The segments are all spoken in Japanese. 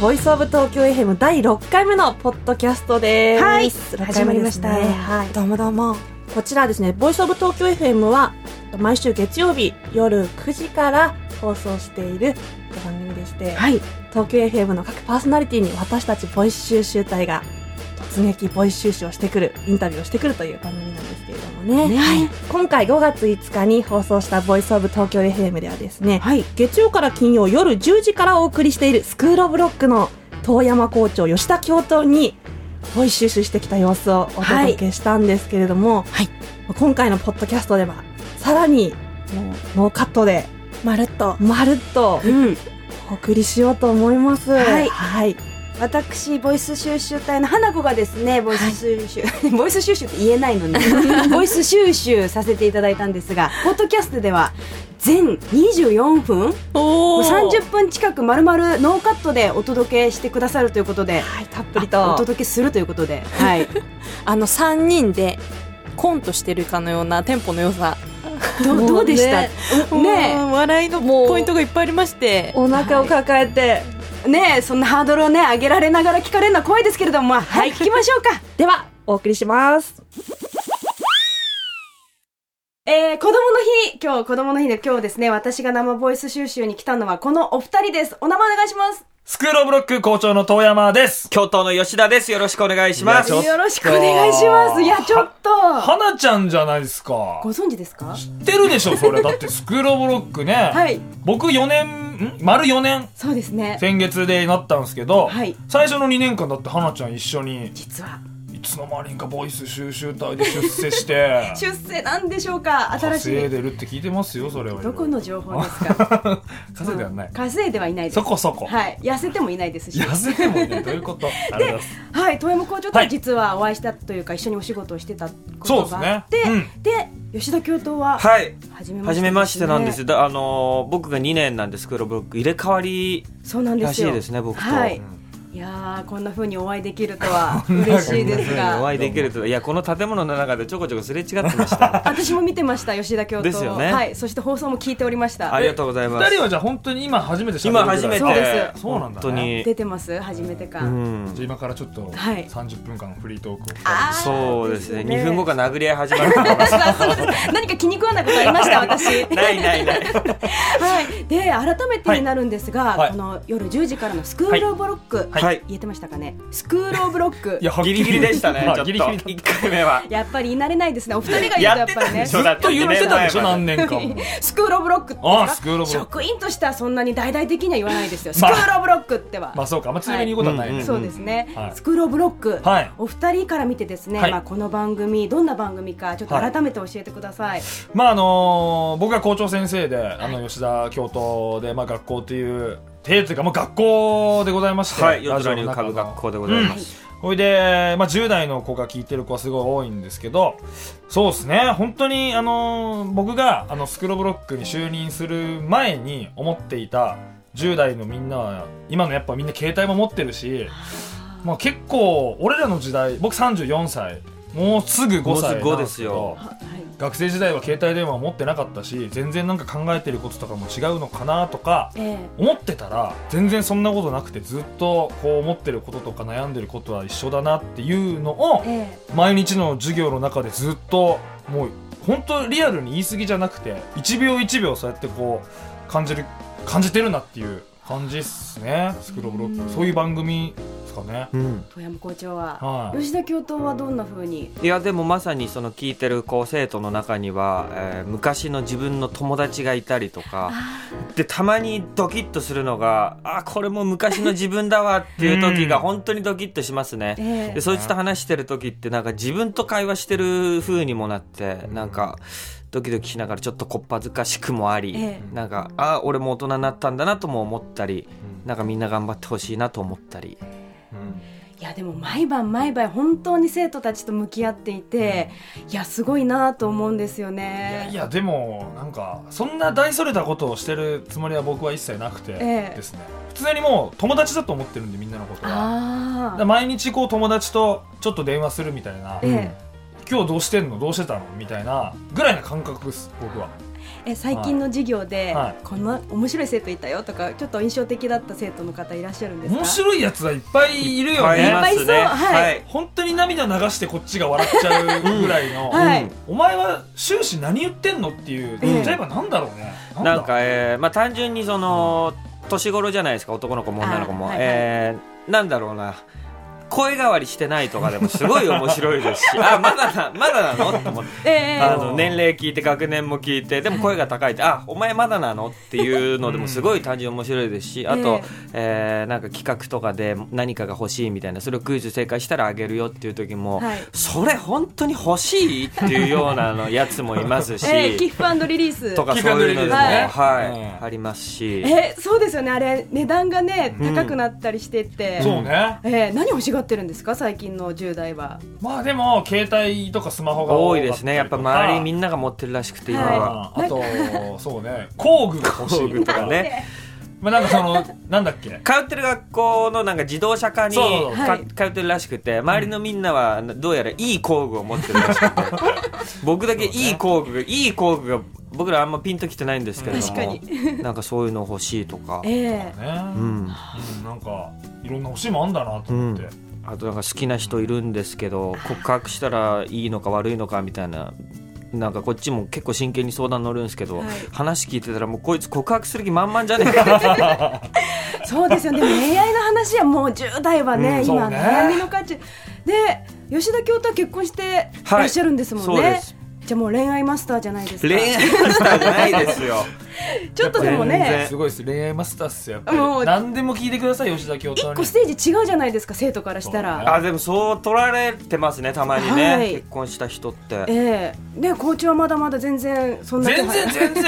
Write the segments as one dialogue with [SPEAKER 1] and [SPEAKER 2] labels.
[SPEAKER 1] ボイスオブ東京 FM 第6回目のポッドキャストです。
[SPEAKER 2] はい
[SPEAKER 1] 6回目ですね
[SPEAKER 2] 始まりました
[SPEAKER 1] はい。
[SPEAKER 2] どうもどうも。
[SPEAKER 1] こちらですね、ボイスオブ東京 FM は、毎週月曜日夜9時から放送している番組でして、
[SPEAKER 2] い。
[SPEAKER 1] 東京 FM の各パーソナリティに私たちボイス収集隊が突撃ボイス収集をしてくる、インタビューをしてくるという番組なんですけれどもね。
[SPEAKER 2] ね
[SPEAKER 1] はい今回5月5日に放送したボイスオブ東京 FM ではですね、
[SPEAKER 2] はい。
[SPEAKER 1] 月曜から金曜夜10時からお送りしているスクールオブロックの遠山校長吉田教頭にボイシュシュしてきた様子をお届けしたんですけれども、
[SPEAKER 2] はい
[SPEAKER 1] 今回のポッドキャストではさらにもうノーカットで
[SPEAKER 2] まるっと。
[SPEAKER 1] まるっと
[SPEAKER 2] うん。
[SPEAKER 1] お送りしようと思います。
[SPEAKER 2] はい
[SPEAKER 1] はい、
[SPEAKER 2] 私、ボイス収集隊の花子がですね、ボイス収集、 ボイス収集って言えないのに、 ボイス収集させていただいたんですが、ポッドキャストでは、全24分も
[SPEAKER 1] お
[SPEAKER 2] う ?30 分近く丸々ノーカットでお届けしてくださるということで、
[SPEAKER 1] はい、たっぷり
[SPEAKER 2] あお
[SPEAKER 1] と。
[SPEAKER 2] 届けするということで、 はい。
[SPEAKER 3] あの3人でコントしてるかのようなテンポの 良さ
[SPEAKER 2] どうどうでした
[SPEAKER 1] ね
[SPEAKER 2] ね
[SPEAKER 3] もう笑いの
[SPEAKER 1] もう
[SPEAKER 3] ポイントがいっぱいありまして
[SPEAKER 1] お腹を抱えて、
[SPEAKER 2] ねえそんなハードルをね上げられながら聞かれるのは怖いですけれどもまあはい聞きましょうか
[SPEAKER 1] ではお送りします。
[SPEAKER 2] えー、子供の日今日子供の日で今日ですね私が生ボイス収集に来たのはこのお二人ですお名前お願いします
[SPEAKER 4] スクールオブロック校長の遠山です。
[SPEAKER 5] 教頭の吉田です。よろしくお願いします
[SPEAKER 4] い。やちょっ
[SPEAKER 2] よ
[SPEAKER 4] と
[SPEAKER 2] ろしくお願いしますいやちょっと
[SPEAKER 4] 花ちゃんじゃないですか
[SPEAKER 2] ご。存知ですか
[SPEAKER 4] 知ってるでしょ、それ。だってスクールオブロックね。
[SPEAKER 2] はい
[SPEAKER 4] 僕4年、ん丸4年、
[SPEAKER 2] そうですね
[SPEAKER 4] 先月でなったんですけど、
[SPEAKER 2] はい
[SPEAKER 4] 最初の2年間だって花ちゃん一緒に、
[SPEAKER 2] 実はい
[SPEAKER 4] つの間にかボイス収集隊で出 世して、
[SPEAKER 2] 出世なんでしょうか新し
[SPEAKER 4] 稼い
[SPEAKER 2] い
[SPEAKER 4] でるって聞いてますよ、それは。
[SPEAKER 2] どこの情報ですか
[SPEAKER 4] 稼いではない。
[SPEAKER 2] 稼いではいないです
[SPEAKER 4] そこそこ。
[SPEAKER 2] はい痩せてもいないですし
[SPEAKER 4] 痩せてもね、どういうことあれです。
[SPEAKER 2] はい、遠山校長
[SPEAKER 4] は
[SPEAKER 2] と
[SPEAKER 4] い
[SPEAKER 2] 実はお会いしたというか、一緒にお仕事をしてたことがあって
[SPEAKER 4] そう
[SPEAKER 2] で,、
[SPEAKER 4] ですね
[SPEAKER 2] 吉田教頭は
[SPEAKER 5] はい。
[SPEAKER 2] 初めまして、
[SPEAKER 5] 初めましてなんです。
[SPEAKER 2] ね
[SPEAKER 5] だあのー僕が2年なんですけど、僕入れ替わり
[SPEAKER 2] そうなんですよ
[SPEAKER 5] らしいですね僕と
[SPEAKER 2] はい、
[SPEAKER 5] う
[SPEAKER 2] いやーこんな風にお会いできると は嬉しいです
[SPEAKER 5] お
[SPEAKER 2] が
[SPEAKER 5] 会いできると、いや、この建物の中でちょこちょこすれ違ってま した。
[SPEAKER 2] 私も見てました吉田教頭
[SPEAKER 5] ですよね
[SPEAKER 2] はい、そして放送も聞いておりました
[SPEAKER 5] ありがとうございま
[SPEAKER 4] 二
[SPEAKER 5] す
[SPEAKER 4] 人。はじゃあ本当に今初めて喋る
[SPEAKER 5] 今初め
[SPEAKER 2] そう
[SPEAKER 5] て
[SPEAKER 2] で、す
[SPEAKER 4] そうなんだね
[SPEAKER 5] 本当に。
[SPEAKER 2] 出てます初めてか、
[SPEAKER 5] うん
[SPEAKER 4] じゃあ今からちょっと
[SPEAKER 2] はい
[SPEAKER 4] 30分間フリートークを二人で
[SPEAKER 2] あー
[SPEAKER 5] そうですね。
[SPEAKER 2] ですよね
[SPEAKER 5] 2分後から殴り合い始まるかも
[SPEAKER 2] あそうです何か気に食わないことありました 私
[SPEAKER 5] ないないない。
[SPEAKER 2] はい、で改めてになるんですが、
[SPEAKER 4] はい
[SPEAKER 2] この夜10時からのスクールオブロック、
[SPEAKER 5] はい。
[SPEAKER 2] 言えてましたかねスクールオブロック
[SPEAKER 4] いや、はっきり
[SPEAKER 5] ギリギリでしたね。ち
[SPEAKER 4] ま
[SPEAKER 5] ょ
[SPEAKER 4] あ
[SPEAKER 5] っと。
[SPEAKER 4] ギリギリだ
[SPEAKER 5] 1回目は。
[SPEAKER 2] やっぱり言い慣れないですね。お二人が言うとやっぱりね。
[SPEAKER 5] やってたんでしょ
[SPEAKER 4] ずっと言ってたでしょ、
[SPEAKER 5] だっ
[SPEAKER 4] 何
[SPEAKER 5] て
[SPEAKER 4] 年間も。
[SPEAKER 2] スクールオブロックって
[SPEAKER 4] ああスクールオブロック
[SPEAKER 2] 職員としてはそんなに大々的には言わないですよ。スク
[SPEAKER 4] まあ
[SPEAKER 2] ールオブロックっては。
[SPEAKER 4] まあそうか、まあ強めに言うことはない
[SPEAKER 5] うん
[SPEAKER 4] ね。
[SPEAKER 2] そうですね、
[SPEAKER 4] はい
[SPEAKER 2] スクールオブロック、
[SPEAKER 4] はい
[SPEAKER 2] お二人から見てですね、
[SPEAKER 4] はい
[SPEAKER 2] まあ、この番組どんな番組かちょっと改めて教えてください、
[SPEAKER 4] まああのー、僕が校長先生で、あの、吉田教頭で、まあ学校という、てというか、もう学校でございまして。
[SPEAKER 5] はい。夜空に浮
[SPEAKER 4] ラジ
[SPEAKER 5] か
[SPEAKER 4] オの
[SPEAKER 5] ぶ
[SPEAKER 4] 中の
[SPEAKER 5] 学校でございます。
[SPEAKER 4] ほいで、まあ、10代の子が聞いてる子はすごい多いんですけど、そうですね、本当に、あのー僕が、あの、スクロブロックに就任する前に思っていた、10代のみんなは、今のやっぱみんな携帯も持ってるし、まあ結構、俺らの時代、僕34歳、もうすぐ5歳なんけど
[SPEAKER 5] もうすぐ5ですよ
[SPEAKER 2] ははい
[SPEAKER 4] 学生時代は携帯電話を持ってなかったし、全然なんか考えてることとかも違うのかなとか、
[SPEAKER 2] ええ
[SPEAKER 4] 思ってたら全然そんなことなくてずっとこう思ってることとか悩んでることは一緒だなっていうのを
[SPEAKER 2] ええ
[SPEAKER 4] 毎日の授業の中でずっともう本当リアルに言い過ぎじゃなくて1秒1秒そうやってこう感じる感じてるなっていう感じっすねスクロールロックそういう番組ですかね
[SPEAKER 5] うん。
[SPEAKER 2] 富山校長は、
[SPEAKER 4] はい
[SPEAKER 2] 吉田教頭はどんな風に
[SPEAKER 5] いやでもまさにその聞いてるこう生徒の中には、えー昔の自分の友達がいたりとかでたまにドキッとするのがあこれも昔の自分 だわっていう時が
[SPEAKER 4] うん
[SPEAKER 5] 本当にドキッとしますね。
[SPEAKER 2] え
[SPEAKER 5] でそいつと話してる時ってなんか自分と会話してる風にもなってなんかドキドキしながらちょっとこっぱずかしくもあり、
[SPEAKER 2] え
[SPEAKER 5] なんかあ俺も大人になったんだなとも思ったりなんかみんな頑張ってほしいなと思ったり。
[SPEAKER 2] いやでも毎晩毎晩本当に生徒たちと向き合っていて、いやすごいなと思うんですよ
[SPEAKER 4] いや
[SPEAKER 2] ね
[SPEAKER 4] いやでもなんかそんな大それたことをしてるつもりは僕は一切なくて
[SPEAKER 2] ええ
[SPEAKER 4] ですね普通にもう友達だと思ってるんでみんなのことは。だ
[SPEAKER 2] あ
[SPEAKER 4] から
[SPEAKER 2] あ
[SPEAKER 4] 毎日こう友達とちょっと電話するみたいな、
[SPEAKER 2] ええ
[SPEAKER 4] 今日どうしてんのどうしてたのみたいなぐらいな感覚です僕は
[SPEAKER 2] え最近の授業で、
[SPEAKER 4] はい
[SPEAKER 2] こんな面白い生徒いたよとかちょっと印象的だった生徒の方いらっしゃるんですか
[SPEAKER 4] 面白いやつはいっぱいいるよ
[SPEAKER 2] いっぱ
[SPEAKER 4] ね
[SPEAKER 2] いそうはい
[SPEAKER 5] い
[SPEAKER 4] 本当に涙流してこっちが笑っちゃうぐらい
[SPEAKER 2] う
[SPEAKER 4] の、
[SPEAKER 2] ん はい
[SPEAKER 4] お前は終始何言ってんのっていう
[SPEAKER 2] ええ
[SPEAKER 4] 言っちゃえばなんだろうね、だ
[SPEAKER 5] なんか、えーまあ、単純にその年頃じゃないですか男の子も女の子も、
[SPEAKER 2] あーはいはい
[SPEAKER 5] えーなんだろうな声変わりしてないとかでもすごい面白いですし あまだなまだなのって思って
[SPEAKER 2] ええ
[SPEAKER 5] あの年齢聞いて学年も聞いてでも声が高いってあお前まだなのっていうのでもすごい単純に面白いですしあと、えーなんか企画とかで何かが欲しいみたいなそれをクイズ正解したらあげるよっていう時も、
[SPEAKER 2] はい
[SPEAKER 5] それ本当に欲しいっていうようなのやつもいますし。
[SPEAKER 2] ええ寄付リリース
[SPEAKER 5] とか
[SPEAKER 4] 期
[SPEAKER 5] そう
[SPEAKER 4] 間
[SPEAKER 5] いうので
[SPEAKER 2] 限
[SPEAKER 5] も、
[SPEAKER 2] 定
[SPEAKER 4] で
[SPEAKER 5] はい
[SPEAKER 4] すねうん
[SPEAKER 5] ありますし、
[SPEAKER 2] えそうですよねあれ値段がね
[SPEAKER 5] うん
[SPEAKER 2] 高くなったりしてって、
[SPEAKER 4] そうね
[SPEAKER 2] ええ何欲しがってるんですか最近の10代は
[SPEAKER 4] まあでも携帯とかスマホが
[SPEAKER 5] 多いですねやっぱ周りみ
[SPEAKER 4] なん
[SPEAKER 5] なが持ってるらしくて今は、
[SPEAKER 4] あとそうね工具が欲し
[SPEAKER 5] 工
[SPEAKER 4] い
[SPEAKER 5] 具とかね
[SPEAKER 4] まあなんかそのなんだっけ
[SPEAKER 5] 通ってる学校のなんか自動車科に
[SPEAKER 4] そうそう
[SPEAKER 2] そう
[SPEAKER 5] か
[SPEAKER 2] はい
[SPEAKER 5] 通ってるらしくて周りのみんなはどうやらいい工具を持ってるらしくて僕だけいい工具がいい工具が僕らあんまピンときてないんですけれども
[SPEAKER 2] 確か
[SPEAKER 5] なんかそういうの欲しいとか、
[SPEAKER 2] ええ
[SPEAKER 4] ね、
[SPEAKER 5] う
[SPEAKER 4] うん、
[SPEAKER 5] ん、
[SPEAKER 4] なんかいろんな欲しいもんあんだなと思って、
[SPEAKER 5] うんあとなんか好きな人いるんですけど告白したらいいのか悪いのかみたいな。なんかこっちも結構真剣に相談乗るんですけど、
[SPEAKER 2] はい
[SPEAKER 5] 話聞いてたらもうこいつ告白する気満々じゃね えか
[SPEAKER 2] そうですよね。でも恋愛の話はもう10代はね、
[SPEAKER 4] うんそ
[SPEAKER 2] 今
[SPEAKER 4] うね
[SPEAKER 2] 悩みの価値で吉田教頭は結婚していらっしゃるんですもんね。
[SPEAKER 5] はいそうです
[SPEAKER 2] じゃあもう恋愛マスターじゃないですか。
[SPEAKER 5] 恋愛マスターじゃないですよ
[SPEAKER 2] ちょっとでも
[SPEAKER 5] 全
[SPEAKER 2] ね
[SPEAKER 5] 然、
[SPEAKER 4] すごいです恋愛マスターっすよやっぱり
[SPEAKER 2] もう
[SPEAKER 4] 何でも聞いてください吉田教頭
[SPEAKER 2] 一
[SPEAKER 4] に
[SPEAKER 2] 個ステージ違うじゃないですか生徒からした
[SPEAKER 4] そうね
[SPEAKER 2] ら。
[SPEAKER 5] あでもそう取られてますねたまにね、
[SPEAKER 2] はい
[SPEAKER 5] 結婚した人って
[SPEAKER 2] ええで校長はまだまだ全然そんな気
[SPEAKER 4] 全
[SPEAKER 2] 配
[SPEAKER 4] 然全然い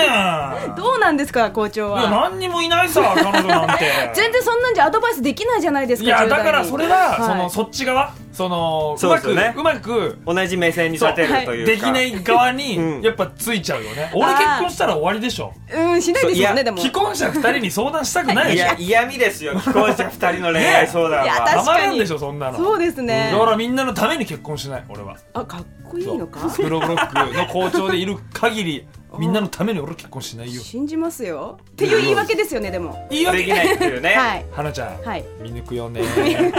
[SPEAKER 4] や
[SPEAKER 2] どうなんですか校長は。
[SPEAKER 4] 何にもいないさ彼女なんて
[SPEAKER 2] 全然そんなんじゃアドバイスできないじゃないです
[SPEAKER 4] い
[SPEAKER 2] か。
[SPEAKER 4] や
[SPEAKER 2] 10代
[SPEAKER 4] だ
[SPEAKER 2] に
[SPEAKER 4] からそれは、
[SPEAKER 2] い
[SPEAKER 4] そのそっち側そのう
[SPEAKER 5] そう
[SPEAKER 4] ま
[SPEAKER 5] ですよ
[SPEAKER 4] く
[SPEAKER 5] ね
[SPEAKER 4] うまく
[SPEAKER 5] 同じ目線に立てるというか
[SPEAKER 4] できない側に、
[SPEAKER 5] うん
[SPEAKER 4] やっぱついちゃうよね俺結婚したら終わりでしょ
[SPEAKER 2] うんしないですよ
[SPEAKER 5] そういや
[SPEAKER 2] ねでも。
[SPEAKER 4] 既婚者二人に相談したくない
[SPEAKER 5] い
[SPEAKER 4] でしょ
[SPEAKER 5] や嫌味ですよ既婚者二人の恋愛相談は、
[SPEAKER 2] いや確
[SPEAKER 4] 甘えんでしょそんなの
[SPEAKER 2] そうですね
[SPEAKER 4] だからみんなのために結婚しない俺は
[SPEAKER 2] あかっこいいのか
[SPEAKER 4] ス。クロブロックの校長でいる 限りみんなのために俺結婚しないよ
[SPEAKER 2] 信じますよ。っていう言い訳ですよねでも。
[SPEAKER 4] いいわ
[SPEAKER 5] で
[SPEAKER 4] け
[SPEAKER 5] きないっていうね、
[SPEAKER 2] はい。
[SPEAKER 4] 花ちゃん、
[SPEAKER 2] はい
[SPEAKER 4] 見抜くよね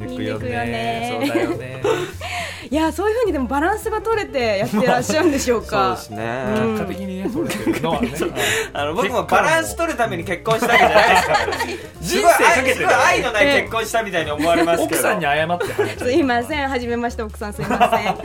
[SPEAKER 4] 見
[SPEAKER 2] 抜くよね
[SPEAKER 4] そうだよね
[SPEAKER 2] いやそういうふうにでもバランスが取れてやってらっしゃるんでしょう
[SPEAKER 5] そう
[SPEAKER 2] か。
[SPEAKER 5] ですね、
[SPEAKER 4] 結果的にねそうですけ どね
[SPEAKER 5] あの僕もバランス取るために結婚したわけじゃないですから、ね、人生かけて愛のない結婚したみたいに思われますけど
[SPEAKER 4] 奥さんに謝って花ちゃん
[SPEAKER 2] すいません、はじめまして奥さんすいま せん。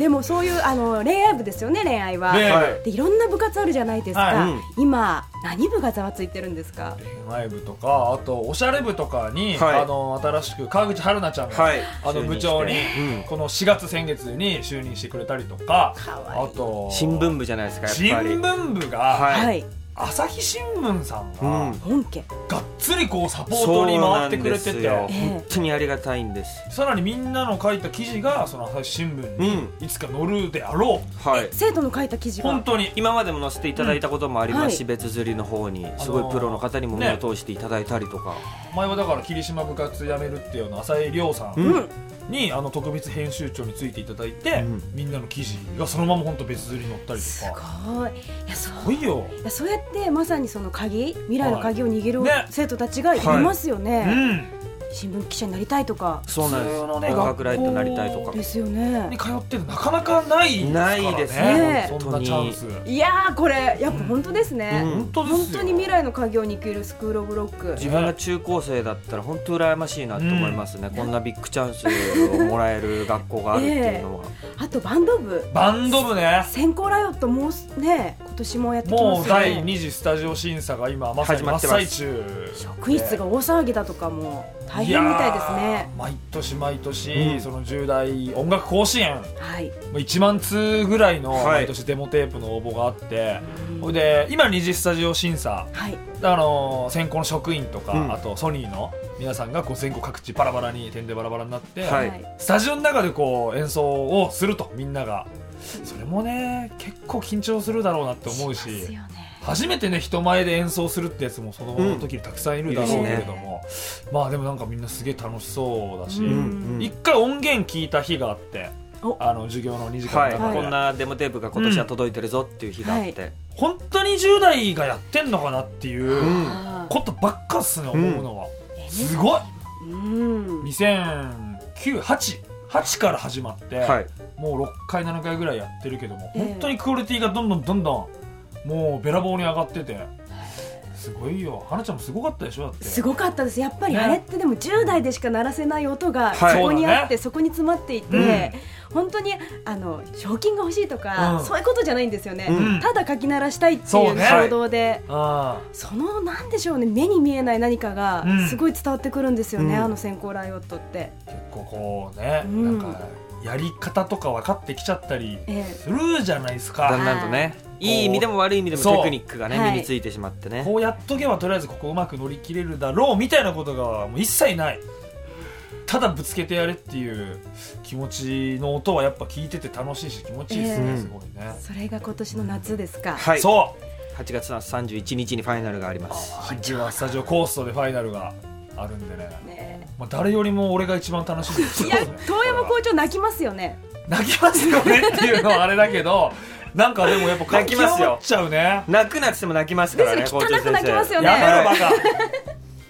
[SPEAKER 2] でもそういうあの恋愛部ですよね恋愛は。
[SPEAKER 4] ね
[SPEAKER 5] はい
[SPEAKER 2] でいろんな部活あるじゃないですか。
[SPEAKER 4] はい
[SPEAKER 5] うん
[SPEAKER 2] 今何部がざわついてるんですか。
[SPEAKER 4] 恋愛部とかあとおしゃれ部とかに、
[SPEAKER 5] はい
[SPEAKER 4] あの新しく川口春奈ちゃんが、
[SPEAKER 5] はい
[SPEAKER 4] あの部長に、
[SPEAKER 5] うん
[SPEAKER 4] この4月先月に就任してくれたりとかあと
[SPEAKER 5] 新聞部じゃないですか
[SPEAKER 4] 新
[SPEAKER 5] やっぱり
[SPEAKER 4] 聞部が、
[SPEAKER 5] はい
[SPEAKER 2] はい。
[SPEAKER 4] 朝日新聞さんが、
[SPEAKER 5] うん
[SPEAKER 2] 本家。
[SPEAKER 4] がっつりこうサポー
[SPEAKER 5] そ
[SPEAKER 4] ト
[SPEAKER 5] う
[SPEAKER 4] に
[SPEAKER 5] な
[SPEAKER 4] 回
[SPEAKER 5] ん
[SPEAKER 4] っ
[SPEAKER 5] で
[SPEAKER 4] て
[SPEAKER 5] す
[SPEAKER 4] くれてて
[SPEAKER 5] よ
[SPEAKER 2] ええ
[SPEAKER 5] 本当にありがたいんです
[SPEAKER 4] さらにみんなの書いた記事がその朝日新聞
[SPEAKER 5] う
[SPEAKER 4] にいつか載るであろう、
[SPEAKER 5] はい
[SPEAKER 2] 生徒の書いた記事が
[SPEAKER 4] 本。当に
[SPEAKER 5] 今までも載せていただいたこともありますし、
[SPEAKER 2] う
[SPEAKER 5] 別釣りの方にすごいプロの方にも目を通していただいたりとか、
[SPEAKER 4] 前はだから霧島部活辞めるっていうの浅井亮さ
[SPEAKER 5] うん
[SPEAKER 4] んに、あの特別編集長についていただいて、
[SPEAKER 5] うん
[SPEAKER 4] みんなの記事がそのまま本当別釣りに載ったり
[SPEAKER 2] す
[SPEAKER 4] とか
[SPEAKER 2] ごい。いやそう。
[SPEAKER 4] すごいよ、
[SPEAKER 2] いやそうやってまさにその鍵未来の鍵を握る
[SPEAKER 4] はいね
[SPEAKER 2] 生徒たちがいますよね、
[SPEAKER 4] うん
[SPEAKER 2] 新聞記者になりたいとか
[SPEAKER 5] そうなんで
[SPEAKER 4] 普
[SPEAKER 5] す
[SPEAKER 4] 通のね
[SPEAKER 5] 音楽ライターになりたいとか
[SPEAKER 2] ですよね
[SPEAKER 4] に通ってるなかなかないですからね
[SPEAKER 5] ないですね
[SPEAKER 4] そんなチャンス
[SPEAKER 2] いやーこれやっぱ本当ですね、
[SPEAKER 5] うん
[SPEAKER 4] 本当ですよ
[SPEAKER 2] 本当に未来の家業に生きるスクールオブロック
[SPEAKER 5] 自分が中高生だったら本当羨ましいなって思いますね、こんなビッグチャンスをもらえる学校があるっていうのは、
[SPEAKER 2] あとバンド部
[SPEAKER 4] バンド部ね
[SPEAKER 2] 先行ライオットもうすね今年もやってきますよね
[SPEAKER 4] もう第二次スタジオ審査が今まさに
[SPEAKER 5] 始
[SPEAKER 4] 真
[SPEAKER 5] まっ
[SPEAKER 4] って
[SPEAKER 5] ます
[SPEAKER 4] 最中
[SPEAKER 2] 職員室が大騒ぎだとかも大変みたいですね
[SPEAKER 4] やー毎年毎年、
[SPEAKER 5] うん
[SPEAKER 4] その10代音楽甲子園
[SPEAKER 2] はい
[SPEAKER 4] もう1万通ぐらいの
[SPEAKER 5] はい
[SPEAKER 4] 毎年デモテープの応募があって、ほいで今二次スタジオ審査
[SPEAKER 2] はい
[SPEAKER 4] あのー選考の職員とか、
[SPEAKER 5] うん
[SPEAKER 4] あとソニーの皆さんがこう全国各地バラバラに点でバラバラになって、
[SPEAKER 5] はい
[SPEAKER 4] スタジオの中でこう演奏をするとみんながそれもね結構緊張するだろうなって思うし
[SPEAKER 2] ですよね
[SPEAKER 4] 初めてね人前で演奏するってやつもその時にたくさんいるだろうけれども、まあでもなんかみんなすげえ楽しそうだし、
[SPEAKER 2] うん
[SPEAKER 5] うん
[SPEAKER 4] 一回音源聞いた日があって
[SPEAKER 1] お
[SPEAKER 4] あの授業の2時間
[SPEAKER 5] は
[SPEAKER 4] の
[SPEAKER 5] い、
[SPEAKER 4] 中で、
[SPEAKER 5] こんなデモテープが今年は届いてるぞっていう日があって、
[SPEAKER 4] 本当に10代がやってんのかなっていううん
[SPEAKER 2] あ
[SPEAKER 4] ことばっかっすね思うのは、すごい
[SPEAKER 2] ーうん
[SPEAKER 4] 20098から始まって、
[SPEAKER 5] はい
[SPEAKER 4] もう6回7回ぐらいやってるけども、
[SPEAKER 2] ええ
[SPEAKER 4] 本当にクオリティがどんどんどんどんもうべらぼうに上がっててすごいよ花ちゃんもすごかったでしょだって
[SPEAKER 2] すごかったですやっぱり
[SPEAKER 4] ね
[SPEAKER 2] あれってでも10代でしか鳴らせない音がそ
[SPEAKER 5] はい
[SPEAKER 2] こにあって、
[SPEAKER 4] そ
[SPEAKER 2] そ
[SPEAKER 4] うだね
[SPEAKER 2] こに詰まっていて、本当にあの賞金が欲しいとか、
[SPEAKER 4] うん
[SPEAKER 2] そういうことじゃないんですよね、
[SPEAKER 5] うん
[SPEAKER 2] ただ書き鳴らしたいってい
[SPEAKER 4] そううね
[SPEAKER 2] 衝動で
[SPEAKER 4] あ
[SPEAKER 2] そ,、のなんでしょうね目に見えない何かが
[SPEAKER 4] うん
[SPEAKER 2] すごい伝わってくるんですよね、
[SPEAKER 5] うん
[SPEAKER 2] あの閃光ライオットって。
[SPEAKER 4] あ結構こうね、
[SPEAKER 2] うん
[SPEAKER 4] なんかやり方とか分かってきちゃったり
[SPEAKER 2] ええ
[SPEAKER 4] するじゃないです
[SPEAKER 5] だ
[SPEAKER 4] か、
[SPEAKER 5] んだんとねいい意味でも悪い意味でも
[SPEAKER 4] そう
[SPEAKER 5] テクニックがね
[SPEAKER 2] はい
[SPEAKER 5] 身についてしまってね、
[SPEAKER 4] こうやっとけばとりあえずここうまく乗り切れるだろうみたいなことがもう一切ないただぶつけてやれっていう気持ちの音はやっぱ聞いてて楽しいし気持ちいいですね、
[SPEAKER 5] ええ
[SPEAKER 4] すごいね、
[SPEAKER 2] それが今年の夏ですか。
[SPEAKER 5] はい
[SPEAKER 4] そう
[SPEAKER 5] 8月の31日にファイナルがあります
[SPEAKER 4] 実はスタジオコーストでファイナルがあるんでね、
[SPEAKER 2] ね
[SPEAKER 4] まあ、誰よりも俺が一番楽しみです
[SPEAKER 2] い
[SPEAKER 4] よ
[SPEAKER 2] や遠山校長泣きますよね。
[SPEAKER 4] 泣きますよねっていうのはあれだけどなんかでもやっぱ
[SPEAKER 5] 泣きますよ
[SPEAKER 4] 書き思っちゃうね
[SPEAKER 5] 泣くなっても泣きますからね
[SPEAKER 2] ですよ
[SPEAKER 5] 校長先生
[SPEAKER 2] 汚く泣きますよね
[SPEAKER 4] やめろ
[SPEAKER 5] は
[SPEAKER 4] バ
[SPEAKER 5] い
[SPEAKER 4] カ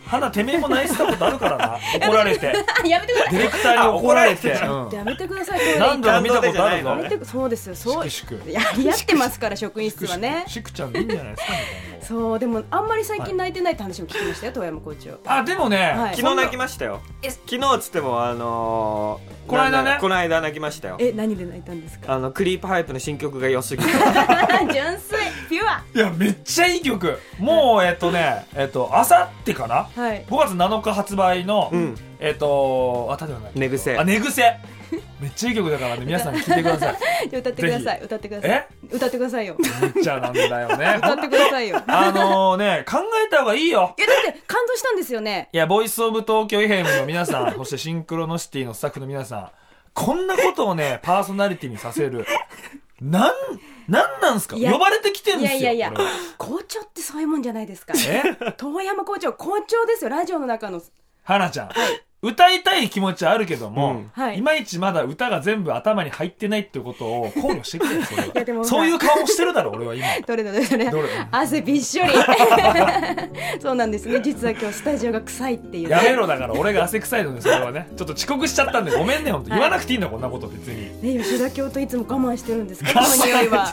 [SPEAKER 4] 花てめえも泣いてたことあるからな怒られて
[SPEAKER 2] やめてくだ
[SPEAKER 4] ディレクターに怒られて
[SPEAKER 5] あ
[SPEAKER 2] さい。
[SPEAKER 5] 怒ら
[SPEAKER 2] やめてください。
[SPEAKER 4] うん
[SPEAKER 2] や
[SPEAKER 4] 何度も見たことあるぞ
[SPEAKER 2] めてくそうですよ。そう
[SPEAKER 4] しくしく
[SPEAKER 2] やり合ってますから職員室はね。
[SPEAKER 4] しくちゃんでいいんじゃないですかみたいな
[SPEAKER 2] そうでもあんまり最近泣いてないって話を聞きましたよ、遠山校長
[SPEAKER 4] あでもね、
[SPEAKER 2] はい
[SPEAKER 5] 昨日泣きましたよ
[SPEAKER 2] え
[SPEAKER 5] 昨日っつってもあのー
[SPEAKER 4] この間ね
[SPEAKER 5] なんだこの間泣きましたよ
[SPEAKER 2] え何で泣いたんですか
[SPEAKER 5] あのクリープハイプの新曲が良す ぎて
[SPEAKER 2] 純粋ピュア
[SPEAKER 4] いやめっちゃいい曲もうえっとねえっとあさってかな
[SPEAKER 2] はい
[SPEAKER 4] 5月7日発売の、
[SPEAKER 5] うん
[SPEAKER 4] えっ、とあたではない
[SPEAKER 5] 寝癖
[SPEAKER 4] あ寝癖めっちゃいい曲だからね皆さん聞いてくだ さい
[SPEAKER 2] じゃあ歌ってください歌ってください
[SPEAKER 4] え
[SPEAKER 2] 歌ってくださいよ
[SPEAKER 4] めっちゃなんだよね
[SPEAKER 2] 歌ってくださいよいやだ
[SPEAKER 4] あのね考えた方がいいよ
[SPEAKER 2] って感動したんですよね
[SPEAKER 4] いやボイスオブ東京 FM の皆 さんそしてシンクロノシティのスタッフの皆さんこんなことをねパーソナリティにさせるなんなんなんすか
[SPEAKER 2] いや
[SPEAKER 4] 呼ばれてきてるん
[SPEAKER 2] い
[SPEAKER 4] です
[SPEAKER 2] や
[SPEAKER 4] よ
[SPEAKER 2] いやいや
[SPEAKER 4] これは
[SPEAKER 2] 校長ってそういうもんじゃないですか
[SPEAKER 4] え
[SPEAKER 2] 遠山校長校長ですよラジオの中の
[SPEAKER 4] 花ちゃん、歌いたい気持ちはあるけども、
[SPEAKER 5] うん
[SPEAKER 2] はい
[SPEAKER 4] い、まいちまだ歌が全部頭に入ってないってことを考慮してくれよそれはい
[SPEAKER 2] やでも
[SPEAKER 4] そういう顔してるだろ俺は今
[SPEAKER 2] どれどれどれ
[SPEAKER 4] どれ
[SPEAKER 2] 汗びっしょり そうなんですね実は今日スタジオが臭いっていうね
[SPEAKER 4] やめろだから俺が汗臭いのでそれはねちょっと遅刻しちゃったんでごめんね本当言わなくていいんだこんなこと別に
[SPEAKER 2] ね吉田教といつも我慢してるんですかこの匂いは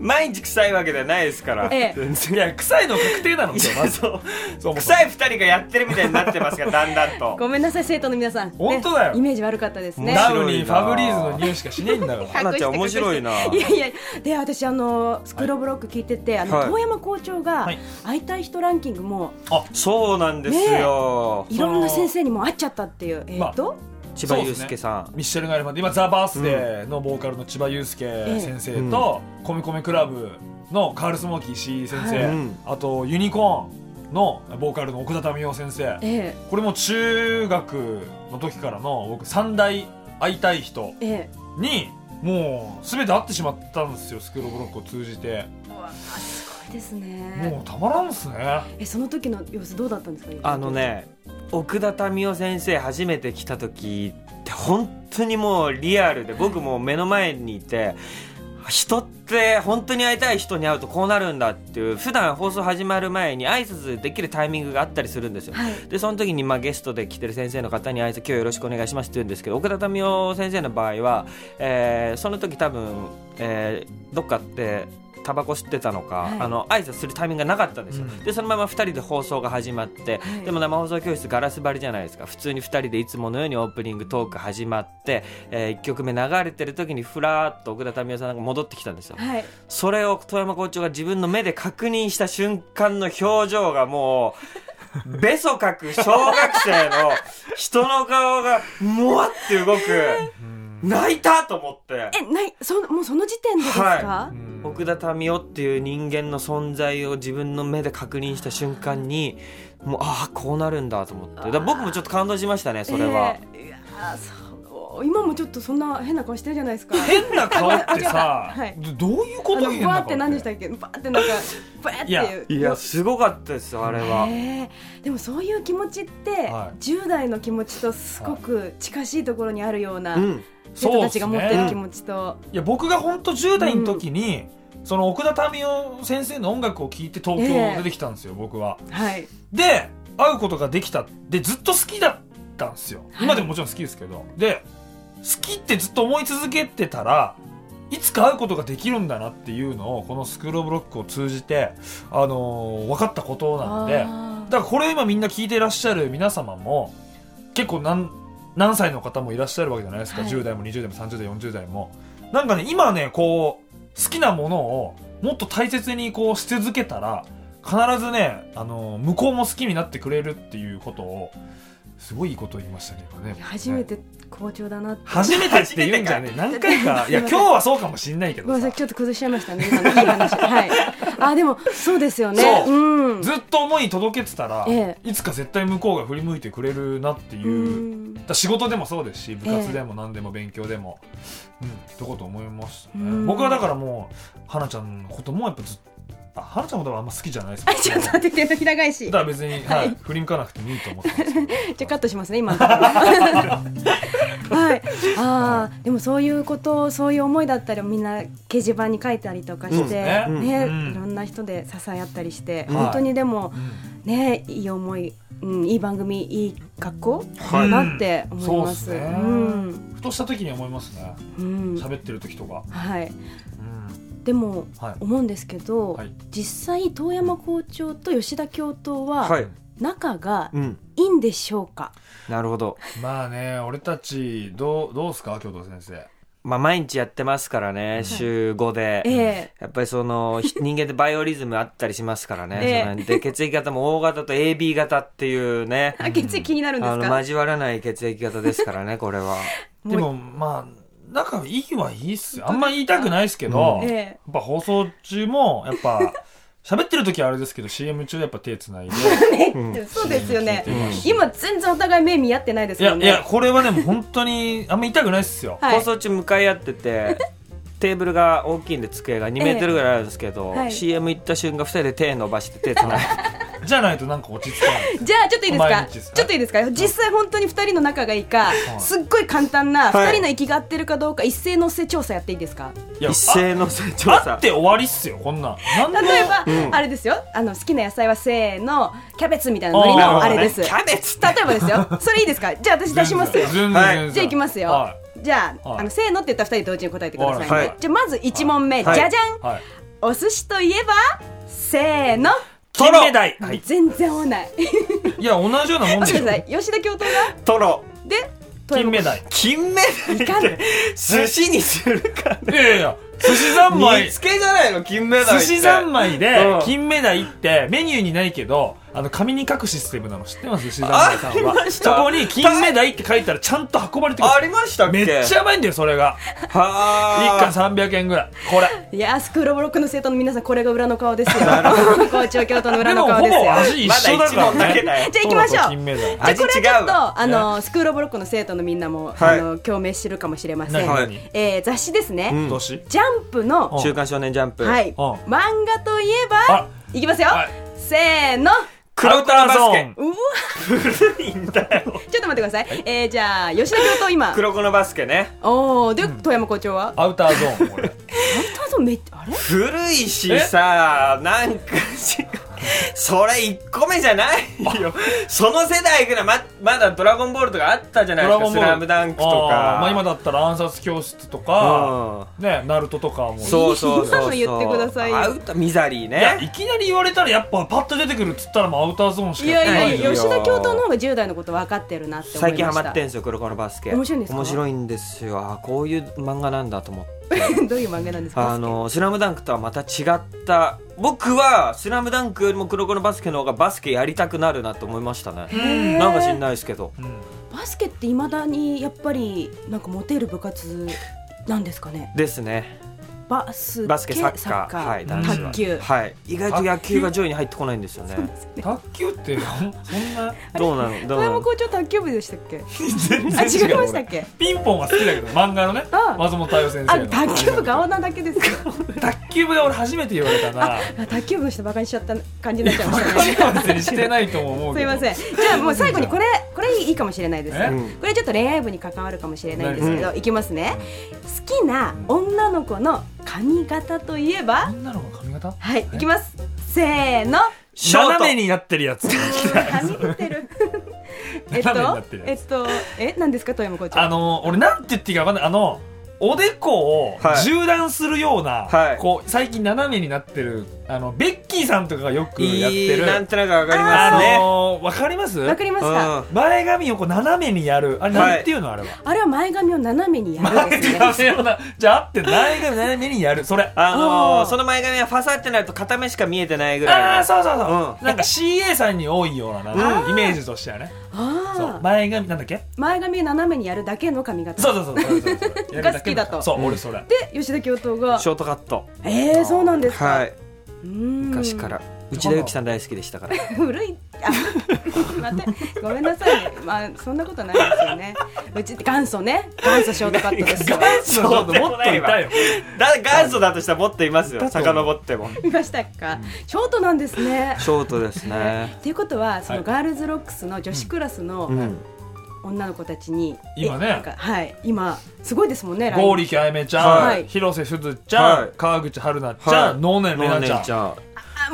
[SPEAKER 5] 毎日臭いわけじゃないですから、
[SPEAKER 2] ええ
[SPEAKER 5] 全然
[SPEAKER 4] いや臭いの確定なの
[SPEAKER 5] い
[SPEAKER 4] よ
[SPEAKER 5] や
[SPEAKER 4] まず
[SPEAKER 5] そう
[SPEAKER 4] そう思った
[SPEAKER 5] 臭い二人がやってるみたいになってますがだんだんと
[SPEAKER 2] ごめんなさい生徒の皆さん、ね
[SPEAKER 4] 本当だよ
[SPEAKER 2] イメージ悪かったですね
[SPEAKER 4] ダウニーファブリーズの匂いしかしないんだから
[SPEAKER 5] 花ちゃん面白 いない
[SPEAKER 2] やいやで私あのスクローブロック聞いてて、あの
[SPEAKER 5] はい
[SPEAKER 2] 遠山校長が
[SPEAKER 4] はい
[SPEAKER 2] 会いたい人ランキングも
[SPEAKER 5] そうなんですよ、
[SPEAKER 2] いろんな先生にも会っちゃったっていうえっ、
[SPEAKER 4] まあ
[SPEAKER 2] と、
[SPEAKER 5] 千葉雄介さん、
[SPEAKER 4] ミッシェル・ガイルマンで今ザ・バースデーのボーカルの千葉雄介先生と、コミコミクラブのカール・スモーキー石井先生、
[SPEAKER 5] はいうん
[SPEAKER 4] あとユニコーンのボーカルの奥田民生先生
[SPEAKER 2] え
[SPEAKER 4] これも中学の時からの僕三大会いたい人
[SPEAKER 2] ええ
[SPEAKER 4] にもう全て会ってしまったんですよスクローブロックを通じて
[SPEAKER 2] えうわすごいです
[SPEAKER 4] も
[SPEAKER 2] ね
[SPEAKER 4] うたまらんっすね
[SPEAKER 2] えその時の様子どうだったんですか
[SPEAKER 5] あのね奥田民生先生初めて来た時って本当にもうリアルで僕もう目の前にいて人って本当に会いたい人に会うとこうなるんだっていう普段放送始まる前に挨拶できるタイミングがあったりするんですよ
[SPEAKER 2] はい
[SPEAKER 5] でその時にまあゲストで来てる先生の方に挨拶今日よろしくお願いしますって言うんですけど奥田民生先生の場合は、えーその時多分、えーどっかってタバコ吸ってたのか、
[SPEAKER 2] はい
[SPEAKER 5] あの挨拶するタイミングがなかったんですよ、
[SPEAKER 4] うん
[SPEAKER 5] でそのまま2人で放送が始まっ
[SPEAKER 2] は
[SPEAKER 5] て、
[SPEAKER 2] い
[SPEAKER 5] でも生放送教室ガラス張りじゃないですか普通に2人でいつものようにオープニングトーク始まって、え1曲目流れてる時にふらーっと奥田民生さんが戻ってきたんですよ、
[SPEAKER 2] はい
[SPEAKER 5] それを富山校長が自分の目で確認した瞬間の表情がも う、べそかく小学生の人の顔がもわって動く、泣いたと思って。
[SPEAKER 2] えないそのもうその時点でですか、
[SPEAKER 5] は
[SPEAKER 4] うん
[SPEAKER 5] 奥田民生っていう人間の存在を自分の目で確認した瞬間に、もう、ああ、こうなるんだと思って。だから僕もちょっと感動しましたね、それは。
[SPEAKER 2] ええいやーそう今もちょっとそんな変な顔してるじゃない ですか。
[SPEAKER 4] 変な顔って さ、
[SPEAKER 2] あ違うはい
[SPEAKER 4] どどういうこ
[SPEAKER 2] あ
[SPEAKER 4] と
[SPEAKER 2] のバー
[SPEAKER 4] 変な
[SPEAKER 2] っ
[SPEAKER 4] 顔
[SPEAKER 2] て何でしたっけバーってなんかバーって
[SPEAKER 4] いや
[SPEAKER 2] いう
[SPEAKER 5] いやすごかったですよあれは、
[SPEAKER 2] へーでもそういう気持ちって、
[SPEAKER 4] はい
[SPEAKER 2] 10代の気持ちとすごく近しいところにあるような、
[SPEAKER 5] うん
[SPEAKER 2] 生徒たちが持って
[SPEAKER 4] そうっす
[SPEAKER 2] る
[SPEAKER 4] ね
[SPEAKER 2] 気持ちと、
[SPEAKER 4] いや僕が本当10代の時に、その奥田民生先生の音楽を聴いて東京出てきたんですよ、僕は。
[SPEAKER 2] はい
[SPEAKER 4] で会うことができたでずっと好きだったんですよ今でももちろん好きですけど、で好きってずっと思い続けてたらいつか会うことができるんだなっていうのをこの「スクール・オブ・ロック」を通じて、あのー分かったことなのでだからこれを今みんな聞いてらっしゃる皆様も結構何何歳の方もいらっしゃるわけじゃないですか、
[SPEAKER 2] はい
[SPEAKER 4] 10代も20代も30代40代もなんかね今ねこう好きなものをもっと大切にこうし続けたら必ずね、あの向こうも好きになってくれるっていうことをすごいいいことを言いましたね今ね
[SPEAKER 2] 初めて校長だなって、
[SPEAKER 4] 初めてって言うんじゃねえ何 回かいや今日はそうかもしんないけ
[SPEAKER 2] ごめ
[SPEAKER 4] ど
[SPEAKER 2] んな
[SPEAKER 4] さ
[SPEAKER 2] さいちょっと崩しちゃいましたね今のいい話はいあでもそうですよね
[SPEAKER 4] そう
[SPEAKER 2] うん
[SPEAKER 4] ずっと思い届けてたら、
[SPEAKER 2] え
[SPEAKER 4] いつか絶対向こうが振り向いてくれるなっていう、
[SPEAKER 2] うん
[SPEAKER 4] だから仕事でもそうですし部活でも何でも勉強でも、うんってこと思いましたね、
[SPEAKER 2] うん
[SPEAKER 4] 僕はだからもう花ちゃんのこともやっぱずっとあ花ちゃんのことはあんま好きじゃないですけ
[SPEAKER 2] あ
[SPEAKER 4] ど
[SPEAKER 2] ちょっと待って手のひら返し
[SPEAKER 4] だ
[SPEAKER 2] じ
[SPEAKER 4] か
[SPEAKER 2] ゃ
[SPEAKER 4] ら別に、はい振り向かなくてもいいと思ってます
[SPEAKER 2] あカットします ね今のところはいあーでもそういうことそういう思いだったりをみんな掲示板に書いたりとかして、
[SPEAKER 5] うん
[SPEAKER 4] ね
[SPEAKER 2] ね
[SPEAKER 4] うん
[SPEAKER 2] いろんな人で支え合ったりして、
[SPEAKER 4] はい
[SPEAKER 2] 本当にでも
[SPEAKER 4] うん
[SPEAKER 2] ねいい思い、うん、いい番組いい格好
[SPEAKER 4] は
[SPEAKER 2] だ
[SPEAKER 4] い
[SPEAKER 2] なって思います。
[SPEAKER 4] そうっすね
[SPEAKER 2] うん
[SPEAKER 4] ふとした時に思いますね
[SPEAKER 2] うん
[SPEAKER 4] 喋ってる時とか、
[SPEAKER 2] はい、
[SPEAKER 4] うん
[SPEAKER 2] でも
[SPEAKER 4] はい
[SPEAKER 2] 思うんですけど、
[SPEAKER 4] はい
[SPEAKER 2] 実際遠山校長と吉田教頭
[SPEAKER 5] は、
[SPEAKER 2] はい仲が
[SPEAKER 5] うん、
[SPEAKER 2] いいんでしょうか、
[SPEAKER 5] なるほど
[SPEAKER 4] まあね俺たちどうどうすか教頭先生
[SPEAKER 5] まあ毎日やってますからね週5で、
[SPEAKER 2] ええ
[SPEAKER 5] やっぱりそのひ 人間ってバイオリズムあったりしますからね、
[SPEAKER 2] ええ
[SPEAKER 5] そので血液型も O 型と AB 型っていうね
[SPEAKER 2] あ血液気になるんで
[SPEAKER 5] あ
[SPEAKER 2] す
[SPEAKER 5] の
[SPEAKER 2] か
[SPEAKER 5] 交わらない血液型ですからねこれは
[SPEAKER 2] もう
[SPEAKER 4] でもまあ仲いいはいいっすよあんま言いたくないっすけど、
[SPEAKER 2] え
[SPEAKER 4] やっ
[SPEAKER 2] え
[SPEAKER 4] ぱ放送中もやっぱ 喋ってる時はあれですけど CM 中やっぱ手 つないで
[SPEAKER 2] そうですよね、
[SPEAKER 4] うん
[SPEAKER 2] 今全然お互い目見合ってないです
[SPEAKER 4] い
[SPEAKER 2] よ
[SPEAKER 4] や
[SPEAKER 2] ね
[SPEAKER 4] いやこれはねもう本当にあんま言いたくないっすよ、
[SPEAKER 2] はい
[SPEAKER 5] 放送中向かい合っててテーブルが大きいんで机が2メートルぐらいあるんですけど、
[SPEAKER 2] えはい
[SPEAKER 5] CM 行った瞬間2人で手伸ばして手つないで
[SPEAKER 4] じゃないとなんか落ち着かない
[SPEAKER 2] じゃあちょっといいです
[SPEAKER 4] 毎
[SPEAKER 2] か
[SPEAKER 4] 日です
[SPEAKER 2] ちょっといいですか実際本当に2人の仲がいいか、
[SPEAKER 4] い
[SPEAKER 2] すっごい簡単な
[SPEAKER 5] はい
[SPEAKER 2] 2人の息が合ってるかどうか一斉のせ調査や っていいですか、
[SPEAKER 4] いや
[SPEAKER 5] 一斉の成長
[SPEAKER 4] ああ
[SPEAKER 5] さ
[SPEAKER 4] って終わりっすよこんなんなんの
[SPEAKER 2] 例えば、あれですよあの好きな野菜はせーのキャベツみたいなのりの
[SPEAKER 4] あー
[SPEAKER 2] あれです、
[SPEAKER 5] キャベツ
[SPEAKER 2] 例えばですよそれいいですかじゃあ私出しますよ
[SPEAKER 4] 全然全然
[SPEAKER 5] はい
[SPEAKER 4] 全然
[SPEAKER 2] じゃあいきますよ、
[SPEAKER 4] は
[SPEAKER 2] じゃあ,、
[SPEAKER 4] はい
[SPEAKER 2] あのせーのって言ったら2人同時に答えてくださいね、
[SPEAKER 5] はい
[SPEAKER 2] じゃあまず1問目、
[SPEAKER 5] はい
[SPEAKER 2] じゃじゃん、
[SPEAKER 4] い、はい、
[SPEAKER 2] お寿司といえばせーの、
[SPEAKER 5] 金目鯛はい
[SPEAKER 2] 全然合わ ない
[SPEAKER 4] いや同じようなもんで
[SPEAKER 2] 待
[SPEAKER 4] し
[SPEAKER 2] って
[SPEAKER 4] ょ
[SPEAKER 2] ください吉田教頭が
[SPEAKER 5] トロ
[SPEAKER 2] で
[SPEAKER 4] 金目鯛
[SPEAKER 5] 金目鯛
[SPEAKER 2] かん
[SPEAKER 5] って寿司にするか
[SPEAKER 4] いやいや寿司三昧
[SPEAKER 5] 煮付けじゃないの金目鯛って
[SPEAKER 4] 寿司三昧
[SPEAKER 5] う
[SPEAKER 4] で
[SPEAKER 5] ん
[SPEAKER 4] 金目鯛ってメニューにないけどあの紙に書くシステムなの知ってます寿司三昧さん
[SPEAKER 5] ああり
[SPEAKER 4] は
[SPEAKER 5] ました
[SPEAKER 4] そこに金目鯛って書いたらちゃんと運ばれてくる
[SPEAKER 5] ありましたっ
[SPEAKER 4] め
[SPEAKER 5] け
[SPEAKER 4] っちゃうまいんだよそれが1
[SPEAKER 5] は
[SPEAKER 4] 貫300円ぐらいこれ
[SPEAKER 2] いやースクールオブロックの生徒の皆さんこれが裏の顔ですよ校長教頭の裏
[SPEAKER 4] で
[SPEAKER 2] の
[SPEAKER 4] も
[SPEAKER 2] 顔
[SPEAKER 4] ほ
[SPEAKER 2] ですよ
[SPEAKER 4] ぼ味一緒だから
[SPEAKER 5] まだ一問だけ
[SPEAKER 4] ね
[SPEAKER 5] だよ
[SPEAKER 2] じゃあ行きましょう
[SPEAKER 4] トロと金目鯛
[SPEAKER 5] 味違
[SPEAKER 2] ちょっ
[SPEAKER 5] うわ
[SPEAKER 2] とあのスクールオブロックの生徒のみんなも、
[SPEAKER 5] はい
[SPEAKER 2] あの共鳴してるかもしれません、
[SPEAKER 4] 何
[SPEAKER 5] はい
[SPEAKER 2] えー雑誌ですね、
[SPEAKER 5] うん
[SPEAKER 4] どうし
[SPEAKER 2] ジャンプの、
[SPEAKER 5] 週刊少年ジャンプ
[SPEAKER 2] はい、
[SPEAKER 4] うん
[SPEAKER 2] 漫画といえ
[SPEAKER 4] あ
[SPEAKER 2] ばいきますよ、
[SPEAKER 4] はい
[SPEAKER 2] せーの
[SPEAKER 5] クローターバスケ
[SPEAKER 2] うわ ちょっと待ってください、えーじゃあ吉田教頭今
[SPEAKER 5] 黒子のバスケね
[SPEAKER 2] おおで、富山校長は
[SPEAKER 4] アウターゾーンこれ
[SPEAKER 2] あそうめっあれ
[SPEAKER 5] 古いしさなんかしそれ1個目じゃないよその世代ぐらいままだ「ドラゴンボール」とかあったじゃ ないですか「スラムダンクと
[SPEAKER 4] あ
[SPEAKER 5] か
[SPEAKER 4] ーまあ今だったら暗殺教室とかねナルトとかも
[SPEAKER 5] そうそうそうそう
[SPEAKER 2] いいの言ってくださいよ
[SPEAKER 5] アウトミザリー
[SPEAKER 4] いや
[SPEAKER 5] ね
[SPEAKER 4] いきなり言われたらやっぱパッと出てくるっつったらもうアウターゾーンしか
[SPEAKER 2] いやいやい
[SPEAKER 5] は
[SPEAKER 2] や
[SPEAKER 5] い
[SPEAKER 2] 吉田教頭の方が10代のこと分かってるなって思い
[SPEAKER 5] 最
[SPEAKER 2] まし
[SPEAKER 5] 近
[SPEAKER 2] た
[SPEAKER 5] ハマってんすよ黒子のバスケ
[SPEAKER 2] 面白いんですか
[SPEAKER 5] 面白いんですよあーこういう漫画なんだと思って
[SPEAKER 2] どういう漫画なんですか
[SPEAKER 5] あの「スラムダンクとはまた違った僕は「スラムダンクよりも黒子のバスケの方がバスケやりたくなるなと思いましたね
[SPEAKER 2] へー
[SPEAKER 5] なんか知んないですけど
[SPEAKER 4] うん
[SPEAKER 2] バスケっていまだにやっぱりなんかモテる部活なんですかね
[SPEAKER 5] ですね
[SPEAKER 2] バス
[SPEAKER 5] バスケサッカーはい男子は
[SPEAKER 2] 卓球
[SPEAKER 5] はい意外と野球が上位に入ってこないんですよね
[SPEAKER 4] 卓球ってそん な
[SPEAKER 5] どうなのど
[SPEAKER 2] 小
[SPEAKER 5] うな
[SPEAKER 2] 山
[SPEAKER 5] の
[SPEAKER 2] 校長卓球部でしたっ け
[SPEAKER 4] 全
[SPEAKER 2] あ違いま
[SPEAKER 4] 俺
[SPEAKER 2] したっけ
[SPEAKER 4] ピンポンは好きだけど漫画のね
[SPEAKER 2] あ
[SPEAKER 4] 松本太陽先生
[SPEAKER 2] あ
[SPEAKER 4] の
[SPEAKER 2] 卓球部側なだけです か
[SPEAKER 4] 卓球部で俺初めて言われたな
[SPEAKER 2] あ卓球部の人バカにしちゃった感じになっちゃいま したね
[SPEAKER 4] 彼は別にしてないとも思う
[SPEAKER 2] す
[SPEAKER 4] け
[SPEAKER 2] い
[SPEAKER 4] ど
[SPEAKER 2] ませんじゃあもう最後にこれこれいいかもしれないです
[SPEAKER 4] え
[SPEAKER 5] うん
[SPEAKER 2] これちょっと恋愛部に関わるかもしれないんですけど、いきますね好きな女の子の髪型といえば
[SPEAKER 4] 女の子の髪型
[SPEAKER 2] はいいきますせーの
[SPEAKER 5] ショート
[SPEAKER 4] 斜めになってるやつ
[SPEAKER 2] 髪ってるえっ
[SPEAKER 4] 斜めにな
[SPEAKER 2] と
[SPEAKER 4] ってる
[SPEAKER 2] え
[SPEAKER 4] や
[SPEAKER 2] っとえ何ですか富山校長
[SPEAKER 4] あの俺なんて言っていいか分かんないあのおでこを
[SPEAKER 5] はい
[SPEAKER 4] 縦断するような、
[SPEAKER 5] はい
[SPEAKER 4] こう最近斜めになってるあのベッキーさんとかがよくやって
[SPEAKER 5] いい
[SPEAKER 4] る
[SPEAKER 5] なんとなくわかります
[SPEAKER 4] あ
[SPEAKER 5] ね
[SPEAKER 4] のー、わかります
[SPEAKER 2] わかりました
[SPEAKER 5] うん
[SPEAKER 4] 前髪をこう斜めにやるあれ
[SPEAKER 5] はい
[SPEAKER 4] なんていうのあれは
[SPEAKER 2] あれは前髪を斜めにやるんで
[SPEAKER 4] 前
[SPEAKER 2] すね
[SPEAKER 4] 髪をなじゃああって前髪斜めにやるそれ
[SPEAKER 5] あの
[SPEAKER 2] あ
[SPEAKER 5] ー
[SPEAKER 2] ー
[SPEAKER 5] その前髪はファサってなると片目しか見えてないぐ
[SPEAKER 4] あ
[SPEAKER 5] ら
[SPEAKER 4] あ
[SPEAKER 5] い
[SPEAKER 4] そうそうそう、
[SPEAKER 5] う
[SPEAKER 4] なんか CA さんに多いようなな、イメージとしてはねそ
[SPEAKER 2] あ
[SPEAKER 4] う
[SPEAKER 2] あ
[SPEAKER 4] 前髪なんだっけ
[SPEAKER 2] 前髪を斜めにやるだけの髪型
[SPEAKER 4] そうそうそうそうそうそう
[SPEAKER 2] が好きだと
[SPEAKER 4] そう俺それ
[SPEAKER 2] で吉田教頭が
[SPEAKER 5] のショートカット
[SPEAKER 2] えー、そうなんですか、
[SPEAKER 5] はい
[SPEAKER 2] 昔
[SPEAKER 5] 昔から内田有紀さん大好きでしたから
[SPEAKER 2] 古いあ待ってごめんなさいねまあそんなことないですよねうち元祖ね元祖ショートカットですよ
[SPEAKER 4] そうそうそうもっといたよ
[SPEAKER 5] だ元祖だとしたらもっといますよ
[SPEAKER 4] だと思う
[SPEAKER 5] 遡っても
[SPEAKER 2] 見ましたかショートなんですね
[SPEAKER 5] ショートですね
[SPEAKER 2] っていうことはそ
[SPEAKER 4] は
[SPEAKER 2] の
[SPEAKER 4] い
[SPEAKER 2] ガールズロックスの女子クラスの
[SPEAKER 5] うん
[SPEAKER 2] 女の子たちに、
[SPEAKER 4] 今ね
[SPEAKER 2] えなんかはい今すごいですもんねライン
[SPEAKER 4] 剛力あやめちゃん、
[SPEAKER 5] はい
[SPEAKER 4] 広瀬すずちゃん、
[SPEAKER 5] はい
[SPEAKER 4] 川口春奈ちゃん、能年玲奈ちゃん
[SPEAKER 5] ゃん
[SPEAKER 2] あ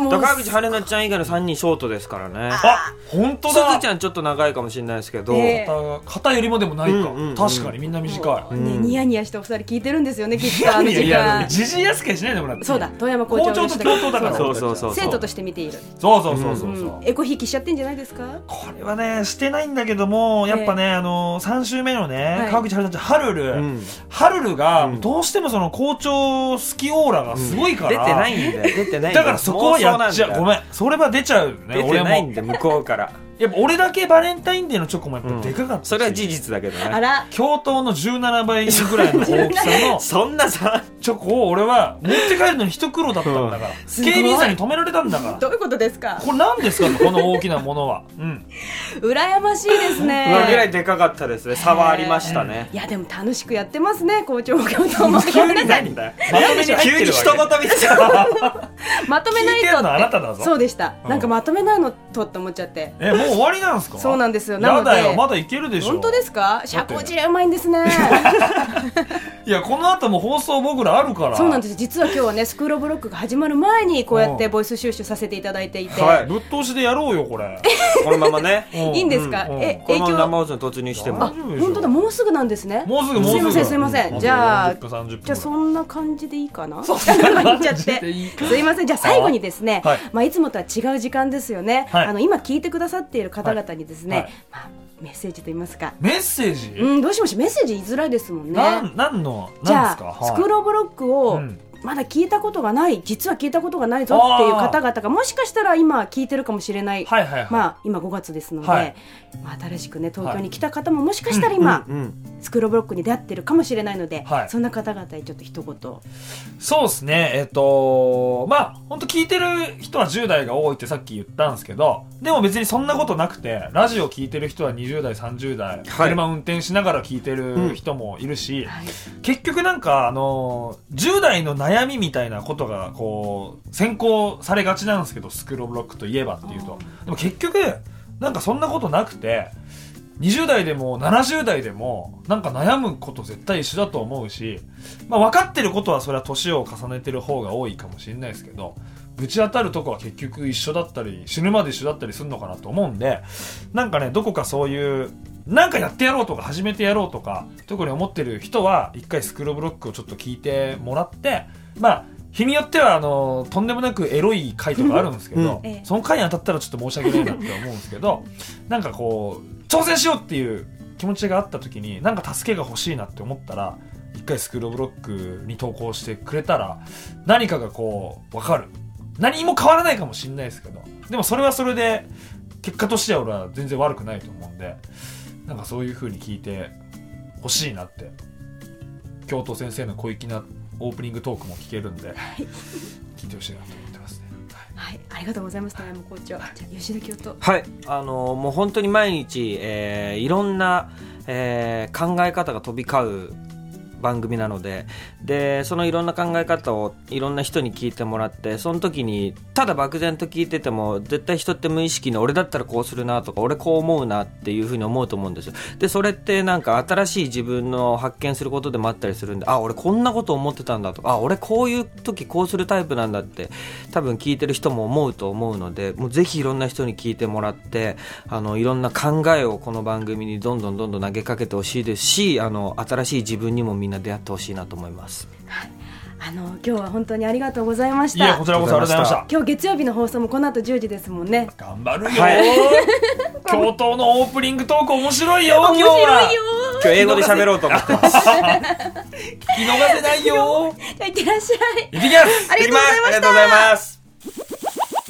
[SPEAKER 2] もう
[SPEAKER 5] 高口春奈ちゃん以外の3人ショートですからね
[SPEAKER 4] あ本当
[SPEAKER 5] す
[SPEAKER 4] だ
[SPEAKER 5] ずちゃんちょっと長いかもしれないですけど、
[SPEAKER 2] え
[SPEAKER 4] 肩肩よりもでもないか、
[SPEAKER 5] うんうんうん
[SPEAKER 4] 確かにみんな短い、
[SPEAKER 2] ね
[SPEAKER 5] うん
[SPEAKER 2] ニヤニヤしてお二人聞いてるんですよねきっとあの時
[SPEAKER 4] いやいや
[SPEAKER 2] 間
[SPEAKER 4] じじい扱いしないでもらって
[SPEAKER 2] そうだ遠山校
[SPEAKER 4] 校
[SPEAKER 2] 長
[SPEAKER 4] 長
[SPEAKER 2] の
[SPEAKER 4] と
[SPEAKER 2] 人
[SPEAKER 4] 教頭だから
[SPEAKER 5] そうそうそう
[SPEAKER 2] 生徒として見ている
[SPEAKER 4] そうそうそうそうそう、
[SPEAKER 2] うんエコひいきしちゃってんじゃないですか
[SPEAKER 4] これはねしてないんだけどもやっぱね、あの3週目のね、
[SPEAKER 2] はい
[SPEAKER 4] 川口春奈ちゃんハルル、
[SPEAKER 5] うん
[SPEAKER 4] ハルルが、
[SPEAKER 5] うん
[SPEAKER 4] どうしてもその校長好きオーラがすごいか
[SPEAKER 5] 出
[SPEAKER 4] ら、
[SPEAKER 5] てないんだよ出てないんよ
[SPEAKER 4] だからそこはやっちゃうご
[SPEAKER 5] 妄
[SPEAKER 4] めんそれは出ちゃうね
[SPEAKER 5] 想なんだよ出て
[SPEAKER 4] 俺
[SPEAKER 5] ないん
[SPEAKER 4] も
[SPEAKER 5] だよ向こ うから
[SPEAKER 4] やっぱ俺だけバレンタインデーのチョコもやっ
[SPEAKER 5] うん
[SPEAKER 4] ぱでかかったし、
[SPEAKER 5] それは事実だけど
[SPEAKER 2] あ
[SPEAKER 5] ね
[SPEAKER 2] ら
[SPEAKER 4] 教頭の17倍ぐらいの大きさの
[SPEAKER 5] そんなさ
[SPEAKER 4] チョコを俺は持って帰るのに一苦労だったん だから
[SPEAKER 2] ごい
[SPEAKER 4] 警備員さんに止められたんだから
[SPEAKER 2] どういうことですか
[SPEAKER 4] これ何ですかとこの大きなものは、うん、
[SPEAKER 2] 羨ましいです ね
[SPEAKER 5] ぐらいでかかったですね差はありましたね
[SPEAKER 2] いやでも楽しくやってますね校長教頭 も
[SPEAKER 5] 急に何だよ
[SPEAKER 4] まとめに入っ
[SPEAKER 5] 急
[SPEAKER 4] て
[SPEAKER 5] に
[SPEAKER 4] るわ
[SPEAKER 5] 人ごと見ち ゃう
[SPEAKER 2] まとめない
[SPEAKER 4] 聞い
[SPEAKER 2] とっ
[SPEAKER 4] てる
[SPEAKER 2] て
[SPEAKER 4] のあなただぞ
[SPEAKER 2] そうでした、
[SPEAKER 4] うん
[SPEAKER 2] なんかまとめないのとって思っちゃって
[SPEAKER 4] えもう終わりなんですか
[SPEAKER 2] そうなんですよな
[SPEAKER 4] や
[SPEAKER 2] ので
[SPEAKER 4] だよまだいけるでしょ
[SPEAKER 2] 本当ですか社交辞令うまいんですね
[SPEAKER 4] いやこの後も放送僕らあるか ら
[SPEAKER 2] そうなんですす実は今日はねスクールオブロックが始まる前にこうやっ
[SPEAKER 4] う
[SPEAKER 2] て
[SPEAKER 4] ん
[SPEAKER 2] ボイス収集させていただいていて、
[SPEAKER 5] はい
[SPEAKER 4] ぶっ通しでやろうよこれ
[SPEAKER 5] このままね
[SPEAKER 2] い、いんですか、
[SPEAKER 4] うんうん
[SPEAKER 2] え
[SPEAKER 5] こ
[SPEAKER 2] 影
[SPEAKER 5] のま
[SPEAKER 2] 響
[SPEAKER 5] ま生放送に突入して
[SPEAKER 4] 大
[SPEAKER 5] も
[SPEAKER 4] 丈夫でしょ
[SPEAKER 2] 本当だもうすぐなんですね
[SPEAKER 4] もうすぐもうす
[SPEAKER 2] す
[SPEAKER 4] ぐ
[SPEAKER 2] いませんすいませんじゃあ
[SPEAKER 4] 40分30分
[SPEAKER 2] じゃあそんな感じでいいかな。
[SPEAKER 4] そう
[SPEAKER 2] 言っちゃって。
[SPEAKER 4] でいいか
[SPEAKER 2] すいません。じゃあ最後にですね、
[SPEAKER 4] はい
[SPEAKER 2] まあいつもとは違う時間ですよね。
[SPEAKER 4] はい
[SPEAKER 2] あの今聞いてくださっている方々にですね、
[SPEAKER 4] はいはい
[SPEAKER 2] まあメッセージと言いますか。
[SPEAKER 4] メッセージ、
[SPEAKER 2] うんどうしましょうメッセージ言いづらいですもんね。
[SPEAKER 4] なんなんの
[SPEAKER 2] じ
[SPEAKER 4] なんで
[SPEAKER 2] ゃ
[SPEAKER 4] すか
[SPEAKER 2] あ、
[SPEAKER 4] は
[SPEAKER 2] ス
[SPEAKER 4] い
[SPEAKER 2] クローブロック
[SPEAKER 4] う
[SPEAKER 2] を
[SPEAKER 4] ん
[SPEAKER 2] まだ聞いたことがない、実は聞いたことがないぞっていう方々がもしかしたら今聞いてるかもしれない。
[SPEAKER 4] はいはいはい、
[SPEAKER 2] まあ今5月ですので、
[SPEAKER 4] はい
[SPEAKER 2] まあ、新しくね東京に来た方ももしかしたら今、
[SPEAKER 5] うん
[SPEAKER 2] スクローブロックに出会ってるかもしれないので、
[SPEAKER 4] はい
[SPEAKER 2] そんな方々にちょっと一言
[SPEAKER 4] そうですね、えっ、とまあ、本当聞いてる人は10代が多いってさっき言ったんですけど、でも別にそんなことなくて、ラジオ聞いてる人は20代、30代、
[SPEAKER 5] はい
[SPEAKER 4] 車運転しながら聞いてる人もいるし、
[SPEAKER 2] はい
[SPEAKER 4] 結局なんか、あの10代の悩みみたいなことが、こう、先行されがちなんですけど、スクローブロックといえばっていうと。でも結局、なんかそんなことなくて、20代でも70代でもなんか悩むこと絶対一緒だと思うし、まあ、分かってることはそれは年を重ねてる方が多いかもしれないですけどぶち当たるとこは結局一緒だったり死ぬまで一緒だったりするのかなと思うんでなんかねどこかそういうなんかやってやろうとか始めてやろうとか特に思ってる人は一回スクローブロックをちょっと聞いてもらってまあ日によってはあのとんでもなくエロい回とかあるんですけど、
[SPEAKER 5] うん
[SPEAKER 2] ええ
[SPEAKER 4] その回に当たったらちょっと申し訳ないなって思うんですけ どなんかこう挑戦しようっていう気持ちがあった時になんか助けが欲しいなって思ったら一回スクローブロックに投稿してくれたら何かがこう分かる何も変わらないかもしれないですけどでもそれはそれで結果としては俺は全然悪くないと思うんでなんかそういう風に聞いてほしいなって教頭先生の小粋なオープニングトークも聞けるんで、聞いてほしいなと思ってますね。
[SPEAKER 2] はい、ありがとうございます、田山校長。じゃあ、吉田教頭。
[SPEAKER 5] はい、あのもう本当に毎日、えーいろんな、えー考え方が飛び交う番組なのででそのいろんな考え方をいろんな人に聞いてもらってその時にただ漠然と聞いてても絶対人って無意識に俺だったらこうするなとか俺こう思うなっていうふうに思うと思うんですよでそれってなんか新しい自分の発見することでもあったりするんであ俺こんなこと思ってたんだとかあ俺こういう時こうするタイプなんだって多分聞いてる人も思うと思うのでもうぜひいろんな人に聞いてもらってあのいろんな考えをこの番組にどんどんどんどん投げかけてほしいですしあの新しい自分にもみんな出会ってほしいなと思います
[SPEAKER 2] あの、今日は本当にありがとうございまし
[SPEAKER 4] いや、
[SPEAKER 2] た。
[SPEAKER 4] こちらこそありがとうございました。
[SPEAKER 2] 今日月曜日の放送もこの後10時ですもんね。
[SPEAKER 4] 頑張るよー、
[SPEAKER 5] はい
[SPEAKER 4] 教頭のオープニングトーク面白いよ今日は
[SPEAKER 5] 今日英語で喋ろうと思ってます
[SPEAKER 4] 聞き逃せないよ
[SPEAKER 2] じゃあ、いってらっしゃい。
[SPEAKER 4] ーい
[SPEAKER 2] ありがとうご
[SPEAKER 4] ってきます
[SPEAKER 2] ざいました
[SPEAKER 5] ありがとうございます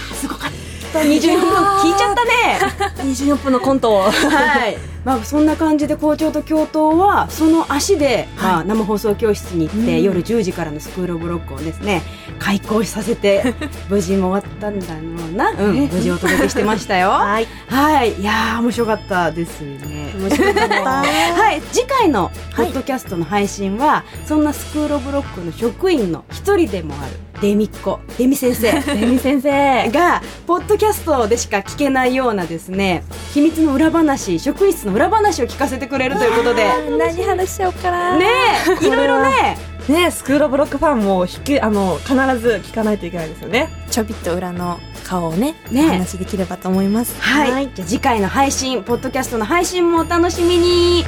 [SPEAKER 2] 24分聞いちゃったね。
[SPEAKER 1] 24分のコントを
[SPEAKER 2] はい。 まあ、そんな感じで校長と教頭はその足で、まあ、生放送教室に行って、
[SPEAKER 1] うん
[SPEAKER 2] 夜10時からのスクールオブロックをですね開校させ て無事も終わったんだろうな、うん無事お届けしてましたよ はいいいやー面白かったですね
[SPEAKER 1] 面白かった
[SPEAKER 2] はい次回のポッドキャストの配信は、そんなスクールオブロックの職員の一人でもあるデミっ子デミ先生
[SPEAKER 1] レミ先生
[SPEAKER 2] がポッドキャストでしか聞けないようなですね秘密の裏話職員室の裏話を聞かせてくれるということで
[SPEAKER 3] 何話しちゃおうかな
[SPEAKER 2] ねえいろいろ ね
[SPEAKER 1] ねスクールオブロックファンも引きあの必ず聞かないといけないですよね
[SPEAKER 3] ちょびっと裏の顔をね
[SPEAKER 2] ね
[SPEAKER 3] お話しできればと思います
[SPEAKER 2] はい、
[SPEAKER 1] はい
[SPEAKER 2] じゃあ次回の配信ポッドキャストの配信もお楽しみに